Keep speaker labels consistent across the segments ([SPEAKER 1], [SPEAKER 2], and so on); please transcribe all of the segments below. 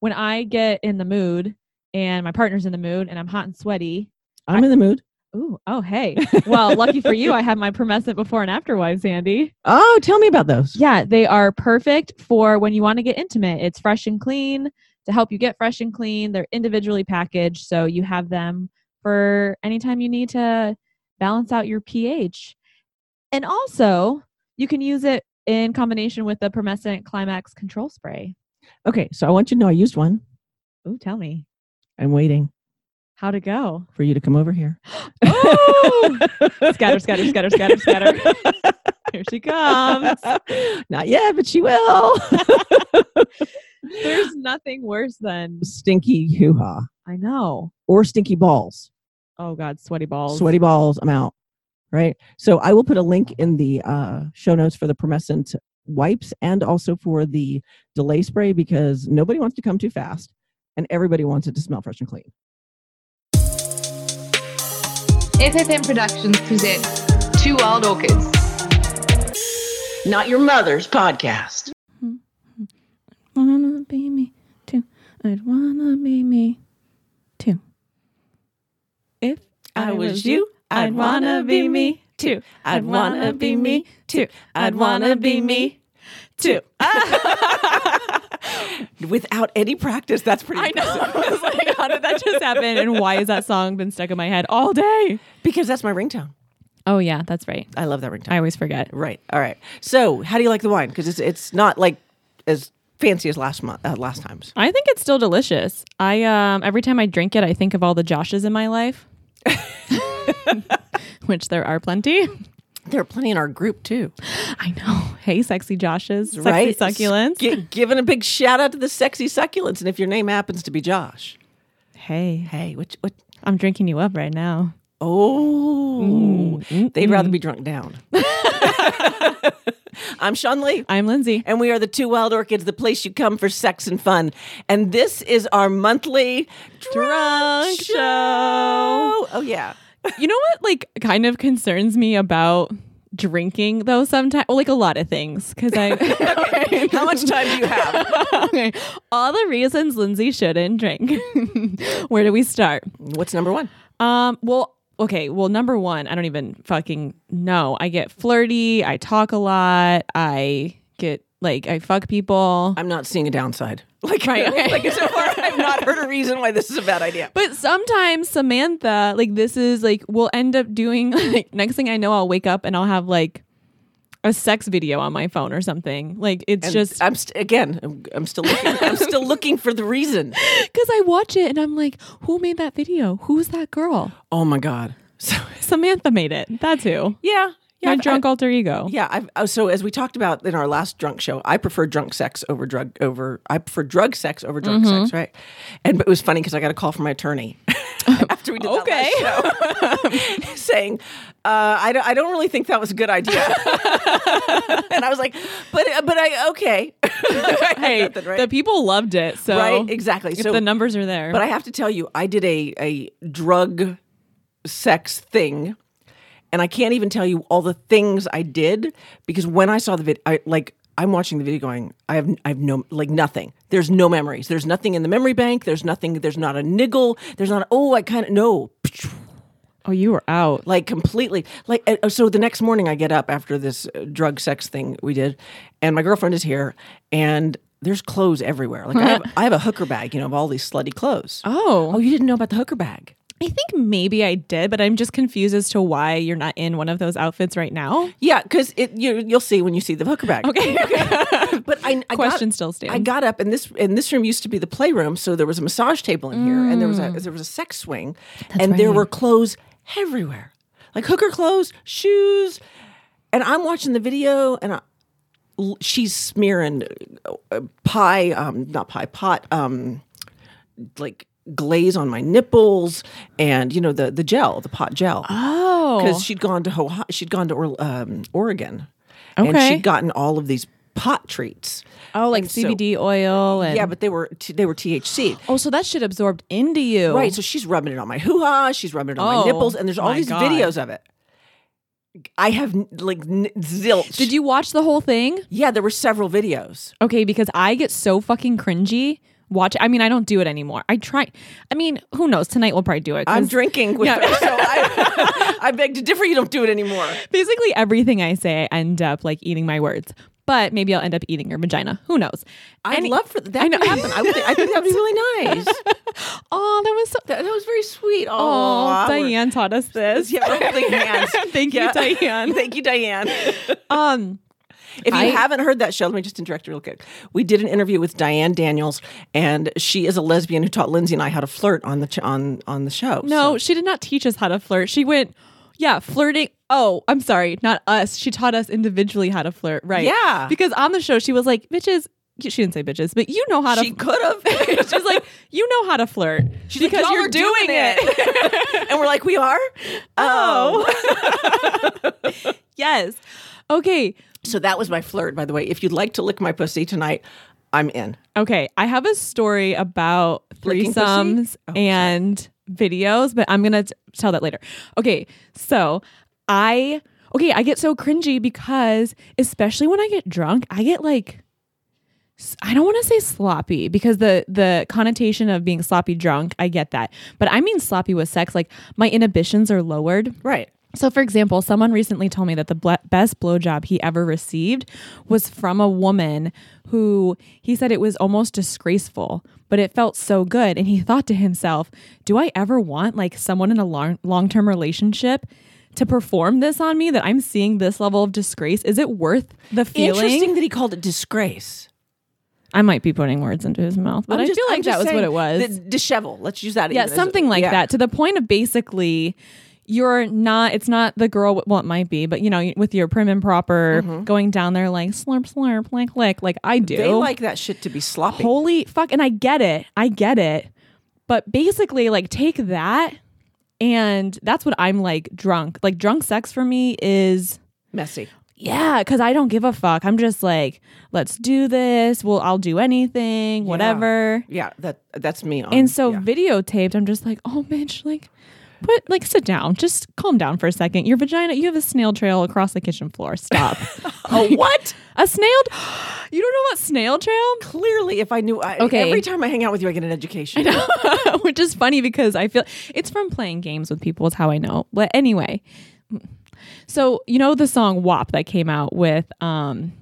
[SPEAKER 1] when I get in the mood and my partner's in the mood and I'm hot and sweaty.
[SPEAKER 2] I'm in the mood.
[SPEAKER 1] Ooh, oh hey. Well, lucky for you, I have my permescent before and after wives handy.
[SPEAKER 2] Oh, tell me about those.
[SPEAKER 1] Yeah, they are perfect for when you want to get intimate. It's fresh and clean to help you get fresh and clean. They're individually packaged, so you have them for anytime you need to balance out your pH. And also, you can use it in combination with the permescent climax control spray.
[SPEAKER 2] Okay, so I want you to know I used one.
[SPEAKER 1] Ooh, tell me
[SPEAKER 2] I'm waiting
[SPEAKER 1] how to go.
[SPEAKER 2] for you to come over here.
[SPEAKER 3] Oh!
[SPEAKER 1] Ooh! Oh! scatter, scatter, scatter, scatter, scatter. Um, Here she comes.
[SPEAKER 2] Not yet, but she will.
[SPEAKER 1] There's nothing worse than
[SPEAKER 2] stinky hoo ha
[SPEAKER 1] I know.
[SPEAKER 2] or stinky balls.
[SPEAKER 1] Oh God, sweaty balls.
[SPEAKER 2] Sweaty balls, I'm out. Right. So I will put a link in the uh, show notes for the permescent wipes and also for the delay spray because nobody wants to come too fast and everybody wants it to smell fresh and clean.
[SPEAKER 4] FFM Productions presents Two Wild Orchids.
[SPEAKER 5] Not your mother's podcast.
[SPEAKER 6] wanna be me too. I'd wanna be me too. If
[SPEAKER 3] I was you, I'd wanna be me too. I'd wanna be me too. I'd wanna be me too. Without any practice, that's pretty
[SPEAKER 1] I know.
[SPEAKER 3] impressive.
[SPEAKER 1] I was like, how did that just happen? And why has that song been stuck in my head all day?
[SPEAKER 3] because that's my ringtone.
[SPEAKER 1] Oh yeah, that's right.
[SPEAKER 3] I love that ringtone.
[SPEAKER 1] I always forget.
[SPEAKER 3] right. All right. So, how do you like the wine? Because it's it's not like as fancy as last month, uh, last times.
[SPEAKER 1] I think it's still delicious. I um every time I drink it, I think of all the Joshes in my life. Which there are plenty.
[SPEAKER 3] There are plenty in our group too,
[SPEAKER 1] I know. Hey, sexy Joshes, sexy
[SPEAKER 3] right?
[SPEAKER 1] succulents.
[SPEAKER 3] Gi- giving a big shout out to the sexy succulents, and if your name happens to be Josh,
[SPEAKER 1] hey,
[SPEAKER 3] hey, which what?
[SPEAKER 1] I'm drinking you up right now.
[SPEAKER 3] Oh, they'd rather be drunk down. I'm Sean Lee.
[SPEAKER 1] I'm Lindsay.
[SPEAKER 3] and we are the Two Wild Orchids, the place you come for sex and fun. And this is our monthly drunk,
[SPEAKER 1] Drunk
[SPEAKER 3] show.
[SPEAKER 1] show.
[SPEAKER 3] Oh yeah,
[SPEAKER 1] you know what like kind of concerns me about drinking though sometimes well, like a lot of things because i okay.
[SPEAKER 3] how much time do you have?
[SPEAKER 1] okay all the reasons lindsay shouldn't drink where do we start
[SPEAKER 3] What's number one?
[SPEAKER 1] um well okay well number one i don't even fucking know i get flirty i talk a lot i get like i fuck people
[SPEAKER 3] I'm not seeing a downside. Like
[SPEAKER 1] Right, okay.
[SPEAKER 3] like so far, I've not heard a reason why this is a bad idea.
[SPEAKER 1] But sometimes Samantha, like this is like we'll end up doing like next thing I know I'll wake up and I'll have like a sex video on my phone or something. Like it's
[SPEAKER 3] And
[SPEAKER 1] just
[SPEAKER 3] I'm st- again. I'm, I'm still looking. I'm still looking for the reason.
[SPEAKER 1] cuz I watch it and I'm like, who made that video? Who's that girl?
[SPEAKER 3] Oh my god. So
[SPEAKER 1] Samantha made it. That's who.
[SPEAKER 3] yeah, yeah.
[SPEAKER 1] My
[SPEAKER 3] I've-
[SPEAKER 1] drunk alter ego.
[SPEAKER 3] Yeah, I've, uh, so as we talked about in our last drunk show, I prefer drunk sex over drug over. I prefer drug sex over drunk sex,
[SPEAKER 1] Mm-hmm.
[SPEAKER 3] right? And but it was funny because I got a call from my attorney after we did
[SPEAKER 1] Okay.
[SPEAKER 3] that last show, saying, uh, I, don't, "I don't really think that was a good idea." and I was like, "But but I okay, I had
[SPEAKER 1] Hey,
[SPEAKER 3] nothing, right?
[SPEAKER 1] the people loved it. So
[SPEAKER 3] right, exactly."
[SPEAKER 1] if the numbers are there.
[SPEAKER 3] But I have to tell you, I did a a drug sex thing, and I can't even tell you all the things I did because when I saw the video, I like I'm watching the video going, I have I have no like nothing. There's no memories. There's nothing in the memory bank. There's nothing. There's not a niggle. There's not. Oh, I kind of no.
[SPEAKER 1] oh, you were out.
[SPEAKER 3] Like completely. Like uh, so. The next morning, I get up after this uh, drug sex thing we did, and my girlfriend is here, and there's clothes everywhere. Like I have, I have a hooker bag, you know, of all these slutty clothes. Oh,
[SPEAKER 1] Oh,
[SPEAKER 3] you didn't know about the hooker bag?
[SPEAKER 1] I think maybe I did, but I'm just confused as to why you're not in one of those outfits right now.
[SPEAKER 3] Yeah, because it you, you'll see when you see the hooker bag.
[SPEAKER 1] Okay.
[SPEAKER 3] but I, I
[SPEAKER 1] Question
[SPEAKER 3] got,
[SPEAKER 1] still stands.
[SPEAKER 3] I got up and this and this room used to be the playroom, so there was a massage table in here, and there was a
[SPEAKER 1] Mm.
[SPEAKER 3] there was a sex swing, and there were clothes everywhere, like hooker clothes, shoes, and I'm watching the video, and I, l- she's smearing uh, uh, pie, um, not pie pot, um, like glaze on my nipples, and you know the the gel, the pot gel.
[SPEAKER 1] Oh.
[SPEAKER 3] because she'd gone to Ohio, she'd gone to or- um, Oregon, and
[SPEAKER 1] Okay.
[SPEAKER 3] she'd gotten all of these pot treats.
[SPEAKER 1] Oh, like
[SPEAKER 3] And so-
[SPEAKER 1] CBD oil and
[SPEAKER 3] yeah, but they were t- they were THC.
[SPEAKER 1] oh, so that shit absorbed into you,
[SPEAKER 3] Right, so she's rubbing it on my hoo ha, she's rubbing it on
[SPEAKER 1] Oh,
[SPEAKER 3] my nipples, and there's all
[SPEAKER 1] my
[SPEAKER 3] these
[SPEAKER 1] God.
[SPEAKER 3] videos of it. I have n- like n- zilch.
[SPEAKER 1] Did you watch the whole thing?
[SPEAKER 3] Yeah, there were several videos.
[SPEAKER 1] Okay, because I get so fucking cringy watch. I mean, I don't do it anymore. I try. I mean, who knows? Tonight we'll probably do it. 'cause
[SPEAKER 3] I'm drinking with
[SPEAKER 1] Yeah.
[SPEAKER 3] so I, I beg to differ. You don't do it anymore.
[SPEAKER 1] basically everything I say, I end up like eating my words. But maybe I'll end up eating your vagina. Who knows?
[SPEAKER 3] I'd
[SPEAKER 1] Any-
[SPEAKER 3] love for that
[SPEAKER 1] know.
[SPEAKER 3] to happen. I, would, I think that would be really nice.
[SPEAKER 1] Oh, that was so.
[SPEAKER 3] That, that was very sweet.
[SPEAKER 1] Oh,
[SPEAKER 3] Aw, we're-
[SPEAKER 1] Diane taught us this.
[SPEAKER 3] Yeah, we're holding hands.
[SPEAKER 1] Thank you,
[SPEAKER 3] Yeah.
[SPEAKER 1] Diane.
[SPEAKER 3] Thank you, Diane.
[SPEAKER 1] Um,
[SPEAKER 3] If you
[SPEAKER 1] I-
[SPEAKER 3] haven't heard that show, let me just interject real quick. We did an interview with Diane Daniels, and she is a lesbian who taught Lindsay and I how to flirt on the ch- on on the show.
[SPEAKER 1] no, she did not teach us how to flirt. She went, yeah, flirting. Oh, I'm sorry, not us. She taught us individually how to flirt, right?
[SPEAKER 3] Yeah.
[SPEAKER 1] Because on the show, she was like, bitches. She didn't say bitches, but you know how
[SPEAKER 3] So
[SPEAKER 1] to.
[SPEAKER 3] she could have.
[SPEAKER 1] She's like, you know how to flirt
[SPEAKER 3] She's like, "Y'all are it. and we're like, we are. Oh.
[SPEAKER 1] Yes. Okay.
[SPEAKER 3] so that was my flirt, by the way. If you'd like to lick my pussy tonight, I'm in.
[SPEAKER 1] Okay, I have a story about
[SPEAKER 3] Licking pussy?
[SPEAKER 1] threesomes
[SPEAKER 3] Oh, sorry.
[SPEAKER 1] and videos, but I'm gonna t- tell that later. Okay, so I okay, I get so cringy because especially when I get drunk, I get like s- I don't want to say sloppy because the the connotation of being sloppy drunk, I get that, but I mean sloppy with sex. Like my inhibitions are lowered.
[SPEAKER 3] Right.
[SPEAKER 1] So, for example, someone recently told me that the ble- best blowjob he ever received was from a woman who he said it was almost disgraceful, but it felt so good. And he thought to himself, do I ever want like someone in a long long term relationship to perform this on me that I'm seeing this level of disgrace? Is it worth the feeling?
[SPEAKER 3] Interesting that he called it disgrace.
[SPEAKER 1] I might be putting words into his mouth, but i
[SPEAKER 3] I'm just-
[SPEAKER 1] feel like
[SPEAKER 3] I'm just
[SPEAKER 1] that was what
[SPEAKER 3] saying
[SPEAKER 1] it was.
[SPEAKER 3] the dishevel. Let's use that.
[SPEAKER 1] yeah
[SPEAKER 3] even as a-
[SPEAKER 1] something like
[SPEAKER 3] yeah.
[SPEAKER 1] that to the point of basically you're not it's not the girl well it might be but you know with your prim and proper going down there like slurp slurp lick lick like i do
[SPEAKER 3] Mm-hmm. They like that shit to be sloppy.
[SPEAKER 1] holy fuck and i get it i get it but basically like take that and that's what i'm like drunk like drunk sex for me is
[SPEAKER 3] Messy.
[SPEAKER 1] yeah, because I don't give a fuck. I'm just like, let's do this. Well, I'll do anything, whatever.
[SPEAKER 3] Yeah, that that's me. on-
[SPEAKER 1] And so
[SPEAKER 3] yeah.
[SPEAKER 1] videotaped, I'm just like, oh, bitch, like, but like, sit down, just calm down for a second. Your vagina, you have a snail trail across the kitchen floor. Stop.
[SPEAKER 3] oh, what?
[SPEAKER 1] a snail? You don't know about snail trail?
[SPEAKER 3] Clearly, if I knew, I,
[SPEAKER 1] Okay.
[SPEAKER 3] Every time I hang out with you, I get an education.
[SPEAKER 1] Which is funny because I feel it's from playing games with people. It's how I know. But anyway, so you know the song "WAP" that came out with um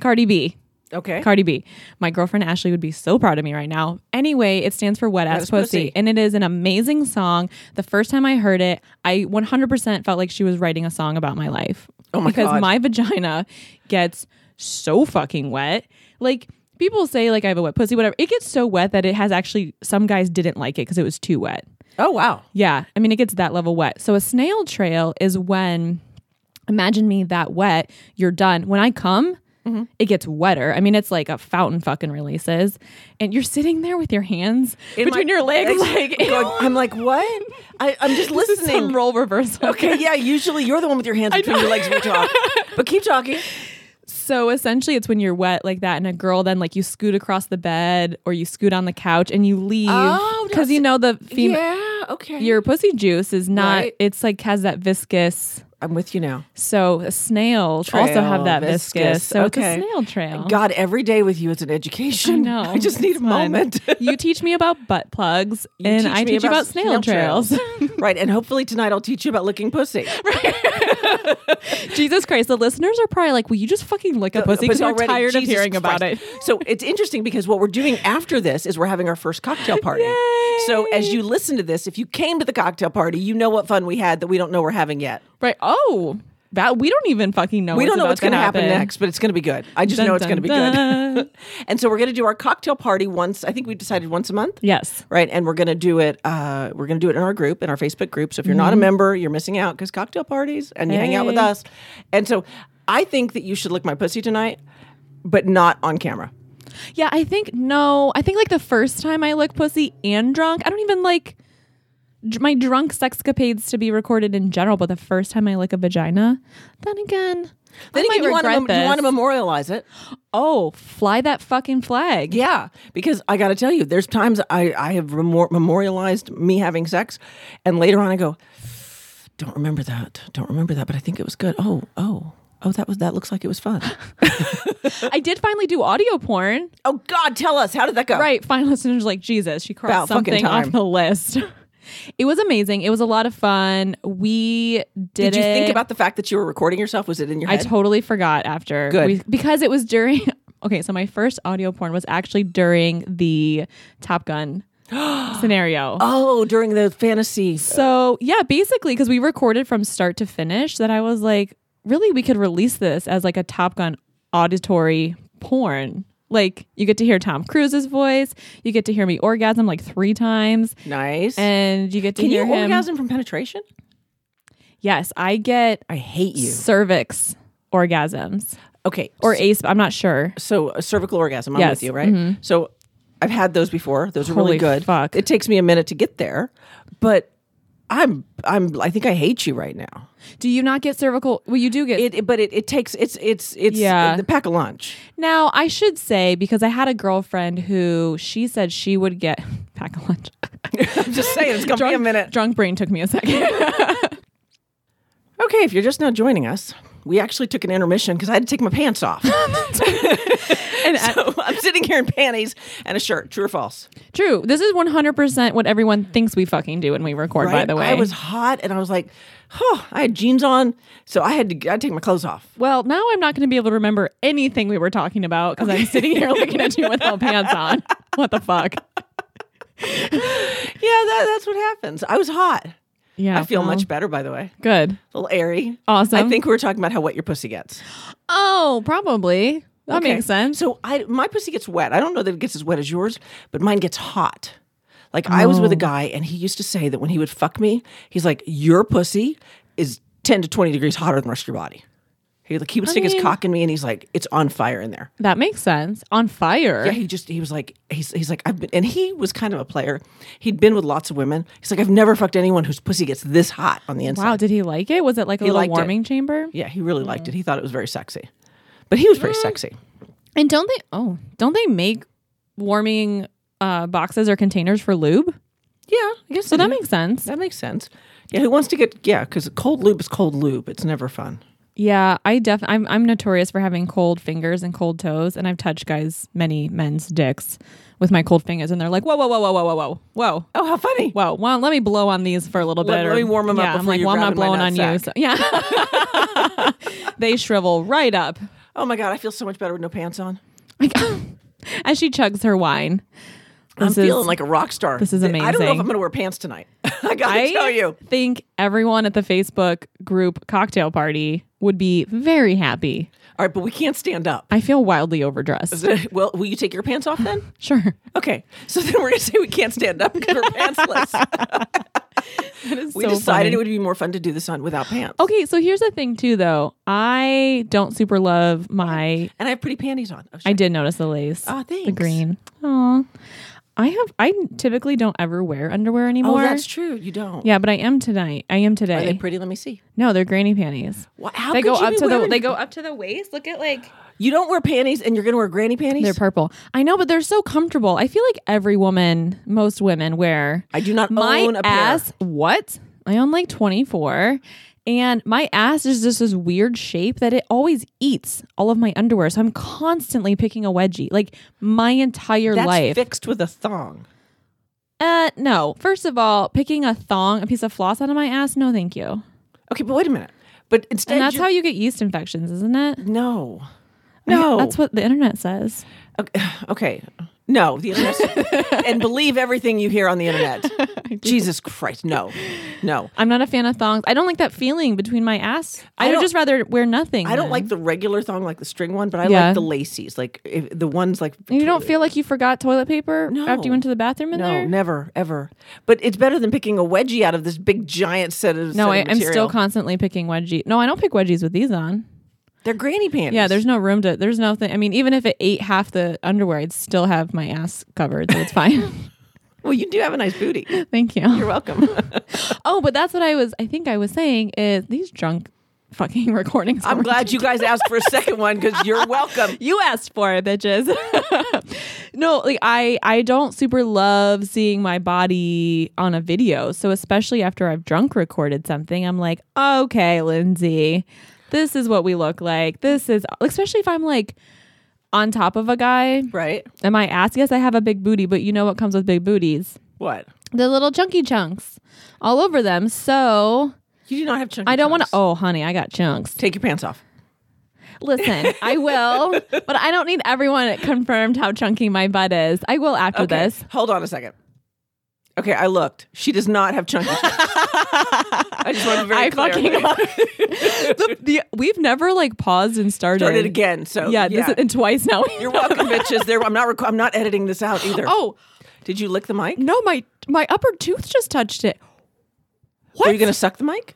[SPEAKER 1] Cardi B.
[SPEAKER 3] Okay.
[SPEAKER 1] Cardi B. My girlfriend Ashley would be so proud of me right now. Anyway, it stands for Wet Ass
[SPEAKER 3] Ass
[SPEAKER 1] Pussy,
[SPEAKER 3] Pussy.
[SPEAKER 1] and it is an amazing song. The first time I heard it, I 100% felt like she was writing a song about my life.
[SPEAKER 3] Oh my
[SPEAKER 1] because
[SPEAKER 3] God.
[SPEAKER 1] my vagina gets so fucking wet. Like people say like I have a wet pussy whatever. It gets so wet that it has actually some guys didn't like it cuz it was too wet.
[SPEAKER 3] oh wow.
[SPEAKER 1] Yeah, I mean it gets that level wet. So a snail trail is when imagine me that wet, you're done. When I come,
[SPEAKER 3] Mm-hmm.
[SPEAKER 1] it gets wetter. I mean it's like a fountain fucking releases and you're sitting there with your hands between your legs like
[SPEAKER 3] I'm going- I'm like, what? I, I'm just
[SPEAKER 1] this is some
[SPEAKER 3] listening.
[SPEAKER 1] role reversal.
[SPEAKER 3] Okay, yeah. Usually, you're the one with your hands between your legs when we talk. But keep talking.
[SPEAKER 1] So essentially it's when you're wet like that and a girl then like you scoot across the bed or you scoot on the couch and you leave
[SPEAKER 3] Oh,
[SPEAKER 1] cuz you know the female
[SPEAKER 3] yeah. Okay.
[SPEAKER 1] your pussy juice is not
[SPEAKER 3] Right.
[SPEAKER 1] it's like has that viscous
[SPEAKER 3] I'm with you now.
[SPEAKER 1] So snails also
[SPEAKER 3] Trail,
[SPEAKER 1] have that viscous.
[SPEAKER 3] viscous,
[SPEAKER 1] So
[SPEAKER 3] okay.
[SPEAKER 1] it's a snail trail.
[SPEAKER 3] God, every day with you is an
[SPEAKER 1] I
[SPEAKER 3] education.
[SPEAKER 1] know.
[SPEAKER 3] I just need
[SPEAKER 1] It's
[SPEAKER 3] a
[SPEAKER 1] fun.
[SPEAKER 3] moment.
[SPEAKER 1] you teach me about butt plugs,
[SPEAKER 3] You
[SPEAKER 1] and I
[SPEAKER 3] me
[SPEAKER 1] teach you about snail, trails.
[SPEAKER 3] right, and hopefully tonight I'll teach you about licking pussy.
[SPEAKER 1] Jesus Christ, the listeners are probably like, "Will you just fucking lick a pussy?" Because
[SPEAKER 3] But
[SPEAKER 1] we're
[SPEAKER 3] already,
[SPEAKER 1] tired of
[SPEAKER 3] Jesus
[SPEAKER 1] hearing about it.
[SPEAKER 3] Christ. So it's interesting because what we're doing after this is we're having our first cocktail party. So as you listen to this, if you came to the cocktail party, you know what fun we had that we don't know we're having yet.
[SPEAKER 1] Right? Oh, that we don't even fucking know.
[SPEAKER 3] we don't know what's
[SPEAKER 1] going to
[SPEAKER 3] happen. next, but it's going to be good. I just know it's going to be good. and so we're going to do our cocktail party once. I think we decided once a month.
[SPEAKER 1] yes.
[SPEAKER 3] Right, and we're gonna do it. Uh, we're gonna do it in our group, in our Facebook group. So if you're not a member, you're missing out because cocktail parties and you hang out with
[SPEAKER 1] Mm-hmm. Hey.
[SPEAKER 3] us. And so I think that you should lick my pussy tonight, but not on camera.
[SPEAKER 1] Yeah, I think no. I think like the first time I lick pussy and drunk, I don't even like dr- my drunk sexcapades to be recorded in general. But the first time I lick a vagina, then again,
[SPEAKER 3] Then
[SPEAKER 1] I
[SPEAKER 3] again,
[SPEAKER 1] might
[SPEAKER 3] you want, to,
[SPEAKER 1] regret
[SPEAKER 3] mem- you want to
[SPEAKER 1] this.
[SPEAKER 3] memorialize it.
[SPEAKER 1] oh, fly that fucking flag.
[SPEAKER 3] Yeah, because I got to tell you, there's times I, I have remor- memorialized me having sex, and later on I go, don't remember that, don't remember that, but I think it was good. Oh, oh, oh, that was that looks like it was fun.
[SPEAKER 1] I did finally do audio porn.
[SPEAKER 3] Oh God, tell us how did that go?
[SPEAKER 1] Right. Fine listeners like Jesus. She crossed
[SPEAKER 3] Oh. About fucking
[SPEAKER 1] something off
[SPEAKER 3] time.
[SPEAKER 1] the list. it was amazing. It was a lot of fun. We did.
[SPEAKER 3] Did you think
[SPEAKER 1] it-
[SPEAKER 3] about the fact that you were recording yourself? Was it in your
[SPEAKER 1] I
[SPEAKER 3] head?
[SPEAKER 1] totally forgot after.
[SPEAKER 3] Good.
[SPEAKER 1] we- because it was during. Okay, so my first audio porn was actually during the Top Gun scenario.
[SPEAKER 3] oh, during the fantasy.
[SPEAKER 1] So yeah, basically, because we recorded from start to finish, that I was like, really, we could release this as like a Top Gun auditory porn. Like you get to hear Tom Cruise's voice, you get to hear me orgasm like three times,
[SPEAKER 3] Nice.
[SPEAKER 1] and you get to
[SPEAKER 3] Can you
[SPEAKER 1] hear him.
[SPEAKER 3] orgasm from penetration?
[SPEAKER 1] Yes, I get
[SPEAKER 3] I hate you.
[SPEAKER 1] cervix orgasms
[SPEAKER 3] Okay.
[SPEAKER 1] or ace. I'm not sure.
[SPEAKER 3] so a cervical orgasm. I'm
[SPEAKER 1] Yes, Mm-hmm.
[SPEAKER 3] with you, right? So I've had those before. Those are
[SPEAKER 1] Holy
[SPEAKER 3] really good.
[SPEAKER 1] fuck.
[SPEAKER 3] It takes me a minute to get there, but I'm I'm I think I hate you right now.
[SPEAKER 1] Do you not get cervical? Well, you do get
[SPEAKER 3] It, it- but it, it takes it's it's it's
[SPEAKER 1] Yeah.
[SPEAKER 3] the pack a lunch.
[SPEAKER 1] Now, I should say because I had a girlfriend who she said she would get pack a lunch.
[SPEAKER 3] I'm just saying it's gonna be a minute.
[SPEAKER 1] Drunk brain took me a second.
[SPEAKER 3] Okay, if you're just now joining us, we actually took an intermission because I had to take my pants off.
[SPEAKER 1] and I-
[SPEAKER 3] so I'm sitting here in panties and a shirt. True or false?
[SPEAKER 1] true, this is 100% what everyone thinks we fucking do when we record, by
[SPEAKER 3] Right?
[SPEAKER 1] the way.
[SPEAKER 3] I was hot and I was like, oh, I had jeans on, so I had to I take my clothes off.
[SPEAKER 1] well, now I'm not going to be able to remember anything we were talking about because I'm sitting here looking at you with no pants on. What the fuck?
[SPEAKER 3] Yeah, that, that's what happens. I was hot.
[SPEAKER 1] Yeah.
[SPEAKER 3] I feel
[SPEAKER 1] well,
[SPEAKER 3] much better, by the way.
[SPEAKER 1] Good.
[SPEAKER 3] A little airy.
[SPEAKER 1] Awesome.
[SPEAKER 3] I think we were talking about how wet your pussy gets.
[SPEAKER 1] Oh, probably. That
[SPEAKER 3] Okay.
[SPEAKER 1] makes sense.
[SPEAKER 3] So I, my pussy gets wet. I don't know that it gets as wet as yours, but mine gets hot. Like I was with
[SPEAKER 1] Oh.
[SPEAKER 3] a guy, and he used to say that when he would fuck me, he's like, "Your pussy is ten to twenty degrees hotter than the rest of your body." He like he would stick
[SPEAKER 1] mean-
[SPEAKER 3] his cock in me, and he's like, "It's on fire in there."
[SPEAKER 1] That makes sense. On fire.
[SPEAKER 3] Yeah, he just he was like he's he's like I've been and he was kind of a player. He'd been with lots of women. He's like I've never fucked anyone whose pussy gets this hot on the inside.
[SPEAKER 1] wow. Did he like it? Was it like a little
[SPEAKER 3] liked it.
[SPEAKER 1] warming chamber?
[SPEAKER 3] Yeah, he really liked it. He thought it was very sexy. But he was very sexy.
[SPEAKER 1] And don't they? Oh, don't they make warming uh, boxes or containers for lube?
[SPEAKER 3] Yeah, I guess
[SPEAKER 1] So that makes sense.
[SPEAKER 3] that makes sense. Yeah, who wants to get yeah, because cold lube is cold lube. It's never fun.
[SPEAKER 1] Yeah, I def. I'm I'm notorious for having cold fingers and cold toes, and I've touched guys, many men's dicks, with my cold fingers, and they're like, whoa, whoa, whoa, whoa, whoa, whoa, whoa, whoa.
[SPEAKER 3] Oh, how funny.
[SPEAKER 1] Whoa, well, let me blow on these for a little
[SPEAKER 3] Let-
[SPEAKER 1] bit.
[SPEAKER 3] let me warm 'em up
[SPEAKER 1] yeah, I'm
[SPEAKER 3] before
[SPEAKER 1] like,
[SPEAKER 3] you
[SPEAKER 1] well, I'm not
[SPEAKER 3] grab 'em in
[SPEAKER 1] blowing
[SPEAKER 3] my
[SPEAKER 1] on you. So,
[SPEAKER 3] nutsack.
[SPEAKER 1] yeah, they shrivel right up.
[SPEAKER 3] Oh my god, I feel so much better with no pants on.
[SPEAKER 1] Like, as she chugs her wine.
[SPEAKER 3] I'm
[SPEAKER 1] This is-
[SPEAKER 3] feeling like a rock star.
[SPEAKER 1] this is
[SPEAKER 3] I don't know
[SPEAKER 1] amazing.
[SPEAKER 3] if I'm gonna wear pants tonight. I gotta
[SPEAKER 1] I
[SPEAKER 3] tell you.
[SPEAKER 1] think everyone at the Facebook group cocktail party would be very happy.
[SPEAKER 3] All right, but we can't stand up.
[SPEAKER 1] I feel wildly overdressed.
[SPEAKER 3] well, will you take your pants off then?
[SPEAKER 1] Sure.
[SPEAKER 3] Okay. So then we're gonna say we can't stand up because we're pantsless. We decided it would be more fun to do this on without pants.
[SPEAKER 1] Okay, so here's the thing too though. I don't super love my
[SPEAKER 3] And I have pretty panties on. Oh,
[SPEAKER 1] I
[SPEAKER 3] shit.
[SPEAKER 1] did notice the lace.
[SPEAKER 3] Oh, thanks.
[SPEAKER 1] The green. Aw. I have I typically don't ever wear underwear anymore.
[SPEAKER 3] Oh, that's true. You don't.
[SPEAKER 1] Yeah, but I am tonight. I am
[SPEAKER 3] Are they
[SPEAKER 1] today.
[SPEAKER 3] pretty? Let me see.
[SPEAKER 1] no, they're granny panties.
[SPEAKER 3] Wha- How
[SPEAKER 1] they
[SPEAKER 3] could
[SPEAKER 1] go
[SPEAKER 3] you
[SPEAKER 1] up
[SPEAKER 3] be
[SPEAKER 1] to the
[SPEAKER 3] wearing-
[SPEAKER 1] they go up to the waist. Look at like
[SPEAKER 3] You don't wear panties, and you're gonna wear granny panties.
[SPEAKER 1] They're purple. I know, but they're so comfortable. I feel like every woman, most women wear.
[SPEAKER 3] I do not
[SPEAKER 1] my
[SPEAKER 3] own a pair.
[SPEAKER 1] ass. What? I own like 24. And my ass is just this weird shape that it always eats all of my underwear. So I'm constantly picking a wedgie like my entire
[SPEAKER 3] That's
[SPEAKER 1] life.
[SPEAKER 3] fixed with a thong.
[SPEAKER 1] uh, no. First of all, picking a thong, a piece of floss out of my ass, no, thank you.
[SPEAKER 3] Okay, but wait a minute. But instead,
[SPEAKER 1] And that's
[SPEAKER 3] you-
[SPEAKER 1] how you get yeast infections, isn't it?
[SPEAKER 3] no, no.
[SPEAKER 1] That's what the internet says.
[SPEAKER 3] Okay, okay. no. The internet, and believe everything you hear on the internet. Jesus Christ, no, no.
[SPEAKER 1] I'm not a fan of thongs. I don't like that feeling between my ass. I
[SPEAKER 3] I
[SPEAKER 1] would
[SPEAKER 3] don't-
[SPEAKER 1] just rather wear nothing.
[SPEAKER 3] I don't
[SPEAKER 1] then.
[SPEAKER 3] like the regular thong, like the string one, but I
[SPEAKER 1] Yeah.
[SPEAKER 3] like the laces, like if, the ones like.
[SPEAKER 1] And you don't feel like you forgot toilet paper
[SPEAKER 3] No.
[SPEAKER 1] after you went to the bathroom in
[SPEAKER 3] No,
[SPEAKER 1] there?
[SPEAKER 3] never, ever. But it's better than picking a wedgie out of this big giant set of. set
[SPEAKER 1] no,
[SPEAKER 3] of
[SPEAKER 1] I, I'm still
[SPEAKER 3] material.
[SPEAKER 1] constantly picking wedgie. No, I don't pick wedgies with these on.
[SPEAKER 3] They're granny panties.
[SPEAKER 1] Yeah, there's no room to. There's nothing. I mean, even if it ate half the underwear, I'd still have my ass covered, so it's fine.
[SPEAKER 3] Well, you do have a nice booty.
[SPEAKER 1] Thank you.
[SPEAKER 3] You're welcome.
[SPEAKER 1] oh, but that's what I was. I think I was saying is these drunk fucking recordings.
[SPEAKER 3] I'm
[SPEAKER 1] are-
[SPEAKER 3] glad you guys asked for a second one because you're welcome.
[SPEAKER 1] You asked for it, bitches. no, like I I don't super love seeing my body on a video. So especially after I've drunk recorded something, I'm like, okay, Lindsay, this is what we look like. This is especially if I'm like on top of a guy
[SPEAKER 3] Right?
[SPEAKER 1] and my ass. Yes, I have a big booty, but you know what comes with big booties?
[SPEAKER 3] What?
[SPEAKER 1] The little chunky chunks all over them. So
[SPEAKER 3] You do not have chunky
[SPEAKER 1] I don't want to.
[SPEAKER 3] chunks.
[SPEAKER 1] Oh, honey, I got chunks.
[SPEAKER 3] Take your pants off.
[SPEAKER 1] Listen, I will, but I don't need everyone confirmed how chunky my butt is. I will after
[SPEAKER 3] Okay,
[SPEAKER 1] Oh, this.
[SPEAKER 3] Hold on a second. Okay, I looked. She does not have chunky chunks. I just want to be very
[SPEAKER 1] I
[SPEAKER 3] clear.
[SPEAKER 1] fucking love the, the, we've never like paused and started.
[SPEAKER 3] Started again. So
[SPEAKER 1] yeah, this is, and twice now.
[SPEAKER 3] You're welcome, bitches. There, I'm not. Rec- I'm not editing this out either.
[SPEAKER 1] oh
[SPEAKER 3] did you lick the mic?
[SPEAKER 1] no, my my upper tooth just touched it.
[SPEAKER 3] Are you gonna suck the mic?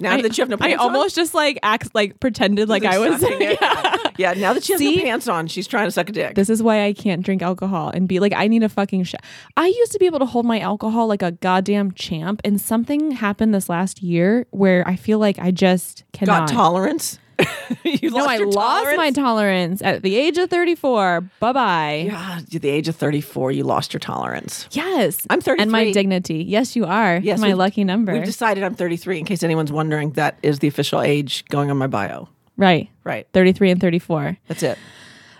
[SPEAKER 3] Now
[SPEAKER 1] I-
[SPEAKER 3] that you have no
[SPEAKER 1] I
[SPEAKER 3] pants on?
[SPEAKER 1] almost just like act like pretended like I was.
[SPEAKER 3] Sucking it.
[SPEAKER 1] Yeah.
[SPEAKER 3] Yeah, now that she has
[SPEAKER 1] See?
[SPEAKER 3] no pants on, she's trying to suck a dick.
[SPEAKER 1] This is why I can't drink alcohol and be like, I need a fucking shot. I used to be able to hold my alcohol like a goddamn champ, and something happened this last year where I feel like I just
[SPEAKER 3] Got
[SPEAKER 1] cannot.
[SPEAKER 3] tolerance. you
[SPEAKER 1] no,
[SPEAKER 3] lost
[SPEAKER 1] I
[SPEAKER 3] your
[SPEAKER 1] lost my
[SPEAKER 3] tolerance?
[SPEAKER 1] tolerance at the age of 34. Bye bye.
[SPEAKER 3] God, at the age of 34, you lost your tolerance.
[SPEAKER 1] Yes.
[SPEAKER 3] I'm 33.
[SPEAKER 1] And my dignity. Yes, you are.
[SPEAKER 3] Yes,
[SPEAKER 1] my
[SPEAKER 3] we've-
[SPEAKER 1] lucky number.
[SPEAKER 3] We've decided I'm 33. In case anyone's wondering, that is the official age going on my bio.
[SPEAKER 1] right.
[SPEAKER 3] Right.
[SPEAKER 1] 33 and 34.
[SPEAKER 3] That's it.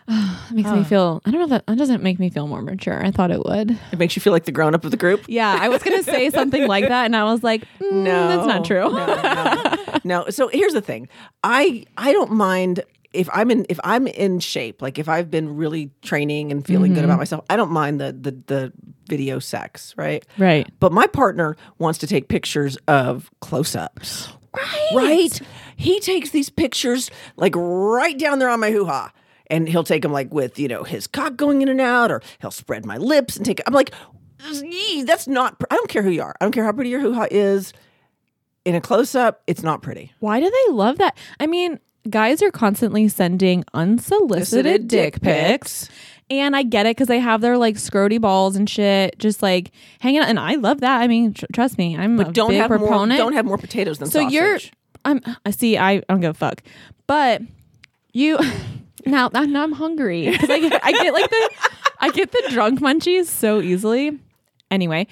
[SPEAKER 1] That makes me feel, I don't know, if that, that doesn't make me feel more mature. I thought it would.
[SPEAKER 3] It makes you feel like the grown up of the group.
[SPEAKER 1] Yeah, I was going to say something like that, and I was like, mm,
[SPEAKER 3] No,
[SPEAKER 1] that's not true.
[SPEAKER 3] No, no, no. So here's the thing. I I don't mind if I'm in if I'm in shape, like if I've been really training and feeling
[SPEAKER 1] Mm-hmm.
[SPEAKER 3] good about myself, I don't mind the the the video sex, right?
[SPEAKER 1] right.
[SPEAKER 3] But my partner wants to take pictures of close ups. Right. He takes these pictures like right down there on my hoo ha. And he'll take them like with, you know, his cock going in and out, or he'll spread my lips and take. I'm like, "Yee, that's not, pr- I don't care who you are. I don't care how pretty your hoo ha is. In a close up, it's not pretty.
[SPEAKER 1] Why do they love that? I mean, guys are constantly sending unsolicited
[SPEAKER 3] Solicited
[SPEAKER 1] dick pics. And I get it because they have their like scroty balls and shit, just like hanging out. And I love that. I mean, tr- trust me, I'm a
[SPEAKER 3] But don't
[SPEAKER 1] big
[SPEAKER 3] have, more,
[SPEAKER 1] proponent.
[SPEAKER 3] don't have more potatoes than
[SPEAKER 1] so
[SPEAKER 3] sausage.
[SPEAKER 1] you're, I'm. I see. I, I don't give a fuck. But you, now, now I'm hungry because I get, I get like the, I get the drunk munchies so easily. Anyway,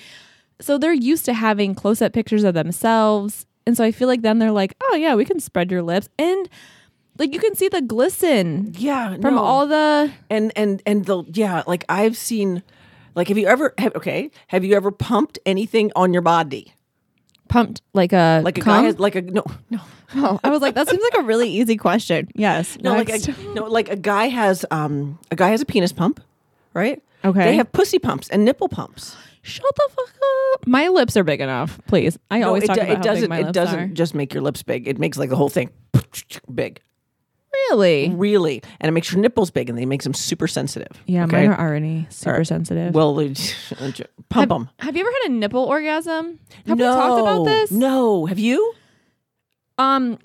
[SPEAKER 1] so they're used to having close up pictures of themselves. And so I feel like then they're like, oh, yeah, we can spread your lips. And like you can see the glisten
[SPEAKER 3] Yeah.
[SPEAKER 1] from
[SPEAKER 3] no.
[SPEAKER 1] all the.
[SPEAKER 3] and and and the yeah like i've seen like have you ever have, okay have you ever pumped anything on your body
[SPEAKER 1] Pumped like a
[SPEAKER 3] like a
[SPEAKER 1] cum?
[SPEAKER 3] guy has like a no no
[SPEAKER 1] Oh, I was like, that seems like a really easy question. Yes.
[SPEAKER 3] no like
[SPEAKER 1] next.
[SPEAKER 3] a, no like a guy has um a guy has a penis pump right
[SPEAKER 1] Okay.
[SPEAKER 3] they have pussy pumps and nipple pumps
[SPEAKER 1] shut the fuck up. My lips are big enough, please. I
[SPEAKER 3] No,
[SPEAKER 1] always
[SPEAKER 3] it,
[SPEAKER 1] talk
[SPEAKER 3] do-
[SPEAKER 1] about
[SPEAKER 3] it
[SPEAKER 1] how
[SPEAKER 3] doesn't
[SPEAKER 1] big my
[SPEAKER 3] it
[SPEAKER 1] lips
[SPEAKER 3] doesn't
[SPEAKER 1] are.
[SPEAKER 3] just make your lips big it makes like the whole thing big
[SPEAKER 1] Really?
[SPEAKER 3] really and it makes your nipples big and they makes them super sensitive
[SPEAKER 1] Yeah,
[SPEAKER 3] okay?
[SPEAKER 1] mine are already super sensitive.
[SPEAKER 3] well uh, they- pump them
[SPEAKER 1] have you ever had a nipple orgasm? Have we talked about this?
[SPEAKER 3] no have you
[SPEAKER 1] Um,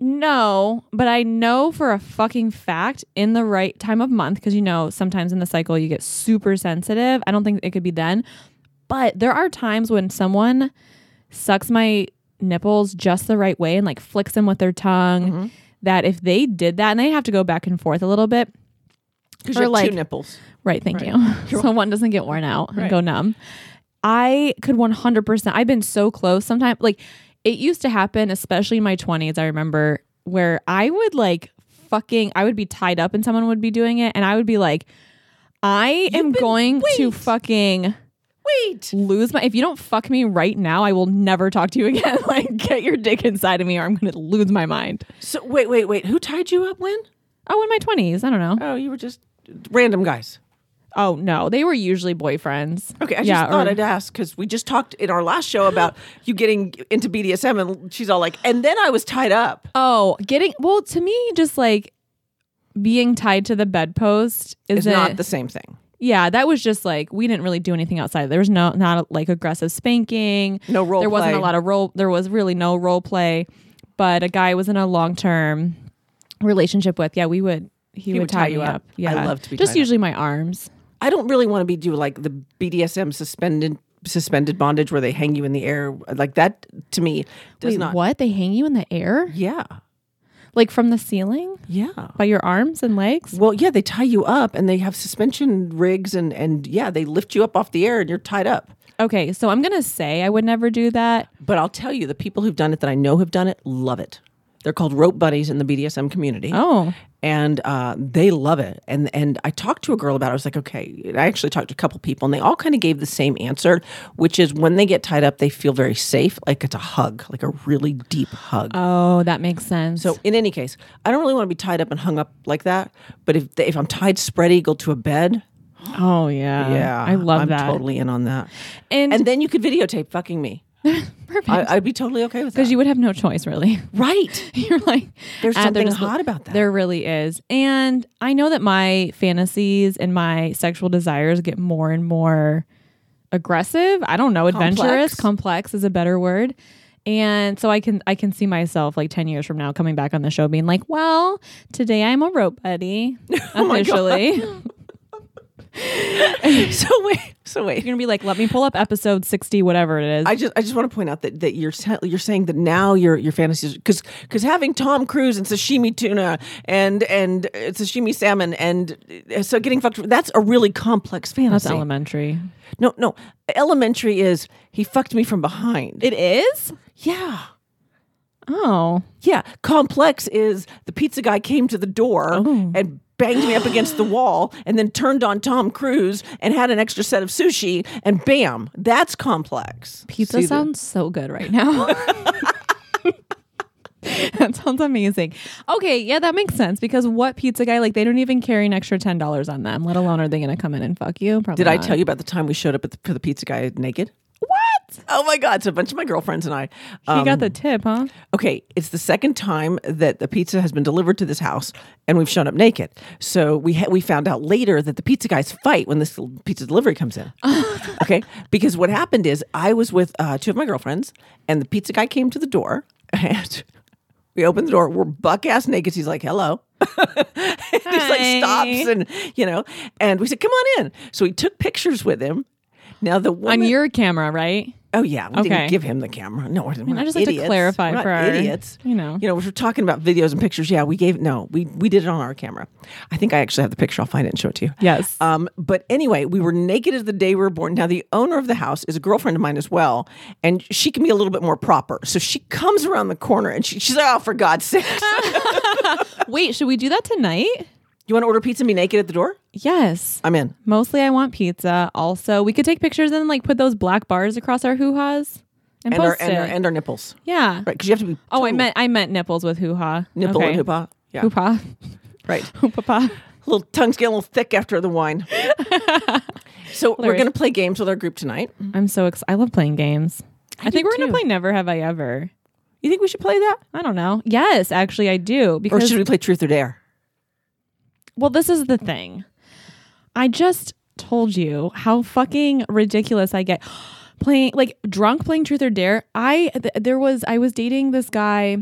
[SPEAKER 1] no, but I know for a fucking fact in the right time of month, because you know, sometimes in the cycle you get super sensitive. I don't think it could be then, but there are times when someone sucks my nipples just the right way and like flicks them with their tongue. That if they did that, and they have to go back and forth a little bit,
[SPEAKER 3] because
[SPEAKER 1] Or
[SPEAKER 3] you have
[SPEAKER 1] like-
[SPEAKER 3] two nipples
[SPEAKER 1] Right. Thank you. so one doesn't get worn out and go numb. I could 100%. I've been so close sometimes. Like it used to happen, especially in my 20s, I remember where I would like fucking, I would be tied up and someone would be doing it. And I would be like, I am going to fucking
[SPEAKER 3] wait
[SPEAKER 1] lose my. If you don't fuck me right now, I will never talk to you again. like get your dick inside of me or I'm going to lose my mind.
[SPEAKER 3] So wait, wait, wait. Who tied you up when?
[SPEAKER 1] Oh, in my 20s. I don't know.
[SPEAKER 3] Oh, you were just random guys.
[SPEAKER 1] Oh, no. They were usually boyfriends.
[SPEAKER 3] Okay, I just
[SPEAKER 1] Yeah,
[SPEAKER 3] thought
[SPEAKER 1] or-
[SPEAKER 3] I'd ask because we just talked in our last show about you getting into BDSM, and she's all like, "And then I was tied up."
[SPEAKER 1] Oh, getting well to me, just like being tied to the bedpost
[SPEAKER 3] Is
[SPEAKER 1] is
[SPEAKER 3] not the same thing.
[SPEAKER 1] Yeah, that was just like we didn't really do anything outside. There was no not like aggressive spanking.
[SPEAKER 3] No role
[SPEAKER 1] There wasn't
[SPEAKER 3] play.
[SPEAKER 1] a lot of role. There was really no role play. But a guy was in a long term relationship with. Yeah, we would. He, would, tie, you up.
[SPEAKER 3] I
[SPEAKER 1] Yeah,
[SPEAKER 3] love to be
[SPEAKER 1] just
[SPEAKER 3] tied up.
[SPEAKER 1] usually my arms.
[SPEAKER 3] I don't really want to be do like the BDSM suspended suspended bondage where they hang you in the air like that. To me, does
[SPEAKER 1] Wait,
[SPEAKER 3] not.
[SPEAKER 1] what? They hang you in the air,
[SPEAKER 3] Yeah,
[SPEAKER 1] like from the ceiling,
[SPEAKER 3] yeah.
[SPEAKER 1] by your arms and legs.
[SPEAKER 3] Well, yeah, they tie you up and they have suspension rigs and and yeah, they lift you up off the air and you're tied up.
[SPEAKER 1] Okay, so I'm gonna say I would never do that.
[SPEAKER 3] But I'll tell you, the people who've done it that I know have done it love it. They're called rope buddies in the BDSM community.
[SPEAKER 1] Oh,
[SPEAKER 3] and uh, they love it. And and I talked to a girl about it. I was like, okay. And I actually talked to a couple people, and they all kind of gave the same answer, which is when they get tied up, they feel very safe. Like it's a hug, like a really deep hug.
[SPEAKER 1] Oh, that makes sense.
[SPEAKER 3] So in any case, I don't really want to be tied up and hung up like that. But if if I'm tied spread eagle to a bed,
[SPEAKER 1] oh yeah,
[SPEAKER 3] yeah,
[SPEAKER 1] I love
[SPEAKER 3] I'm
[SPEAKER 1] that.
[SPEAKER 3] Totally in on that.
[SPEAKER 1] and
[SPEAKER 3] And then you could videotape fucking me.
[SPEAKER 1] perfect
[SPEAKER 3] I, I'd be totally okay with that.
[SPEAKER 1] because you would have no choice really.
[SPEAKER 3] right?
[SPEAKER 1] You're like
[SPEAKER 3] There's
[SPEAKER 1] "Ah, they're
[SPEAKER 3] something
[SPEAKER 1] just
[SPEAKER 3] hot about that.
[SPEAKER 1] There really is. And I know that my fantasies and my sexual desires get more and more aggressive. I don't know, adventurous,
[SPEAKER 3] Complex.
[SPEAKER 1] complex is a better word. And so I can I can see myself like 10 years from now coming back on the show being like, "Well, today I'm a rope buddy
[SPEAKER 3] Oh my God.
[SPEAKER 1] officially."
[SPEAKER 3] so wait, so wait.
[SPEAKER 1] You're going to be like, "Let me pull up episode 60 whatever it is."
[SPEAKER 3] I just I just want to point out that that you're sa- you're saying that now your your fantasies because because having Tom Cruise and sashimi tuna and and uh, sashimi salmon and uh, so getting fucked that's a really complex
[SPEAKER 1] That's
[SPEAKER 3] fantasy.
[SPEAKER 1] elementary.
[SPEAKER 3] no, no, elementary is he fucked me from behind.
[SPEAKER 1] It is?
[SPEAKER 3] yeah.
[SPEAKER 1] Oh.
[SPEAKER 3] Yeah, complex is the pizza guy came to the door
[SPEAKER 1] Oh.
[SPEAKER 3] and banged me up against the wall and then turned on Tom Cruise and had an extra set of sushi and bam, that's complex.
[SPEAKER 1] Pizza
[SPEAKER 3] See the-
[SPEAKER 1] sounds so good right now. that sounds amazing. Okay, yeah, that makes sense because what pizza guy like they don't even carry an extra ten dollars on them. Let alone are they going to come in and fuck you? Probably.
[SPEAKER 3] Did I tell you about the time we showed up at the, for the pizza guy naked? What? Oh my God. So a bunch of my girlfriends and I.
[SPEAKER 1] He
[SPEAKER 3] um,
[SPEAKER 1] got the tip, huh?
[SPEAKER 3] Okay, it's the second time that the pizza has been delivered to this house, and we've shown up naked. So we ha- we found out later that the pizza guys fight when this l- pizza delivery comes in. okay, because what happened is I was with uh, two of my girlfriends, and the pizza guy came to the door, and we opened the door. We're buck ass naked. He's like, "Hello." He's like
[SPEAKER 1] Hi.
[SPEAKER 3] stops and you know, and we said, "Come on in." So we took pictures with him. Now the woman,
[SPEAKER 1] On your camera, right?
[SPEAKER 3] Oh yeah, we
[SPEAKER 1] Okay.
[SPEAKER 3] didn't give him the camera. No, we're, we're not
[SPEAKER 1] I just like
[SPEAKER 3] idiots.
[SPEAKER 1] to clarify
[SPEAKER 3] we're not
[SPEAKER 1] for our-
[SPEAKER 3] idiots.
[SPEAKER 1] you know.
[SPEAKER 3] you know, if we're talking about videos and pictures. Yeah, we gave no, we we did it on our camera. I think I actually have the picture. I'll find it and show it to you.
[SPEAKER 1] Yes.
[SPEAKER 3] Um, but anyway, we were naked as the day we were born. Now the owner of the house is a girlfriend of mine as well, and she can be a little bit more proper. So she comes around the corner and she, she's like, "Oh, for God's sake,
[SPEAKER 1] Wait, should we do that tonight?
[SPEAKER 3] you want to order pizza and be naked at the door?
[SPEAKER 1] Yes.
[SPEAKER 3] I'm in."
[SPEAKER 1] Mostly, I want pizza. Also, we could take pictures and like put those black bars across our hoo ha's and,
[SPEAKER 3] And our
[SPEAKER 1] post
[SPEAKER 3] and,
[SPEAKER 1] it.
[SPEAKER 3] our and our nipples,
[SPEAKER 1] yeah.
[SPEAKER 3] right? Because you have to be.
[SPEAKER 1] Oh, I
[SPEAKER 3] total
[SPEAKER 1] meant I meant nipples with hoo ha.
[SPEAKER 3] nipple and hoopah. Yeah,
[SPEAKER 1] Hoo ha.
[SPEAKER 3] right.
[SPEAKER 1] Hoo pa.
[SPEAKER 3] little tongue's getting a little thick after the wine. so we're
[SPEAKER 1] Hilarious.
[SPEAKER 3] going to play games with our group tonight.
[SPEAKER 1] I'm so excited. I love playing games. I, think
[SPEAKER 3] do
[SPEAKER 1] we're going
[SPEAKER 3] too.
[SPEAKER 1] to play Never Have I Ever.
[SPEAKER 3] You think we should play that,
[SPEAKER 1] I don't know. Yes, actually, I do.
[SPEAKER 3] or
[SPEAKER 1] Because,
[SPEAKER 3] should we play Truth or Dare?
[SPEAKER 1] well, this is the thing. I just told you how fucking ridiculous I get playing, like, drunk playing Truth or Dare. I, th- there was, I was dating this guy.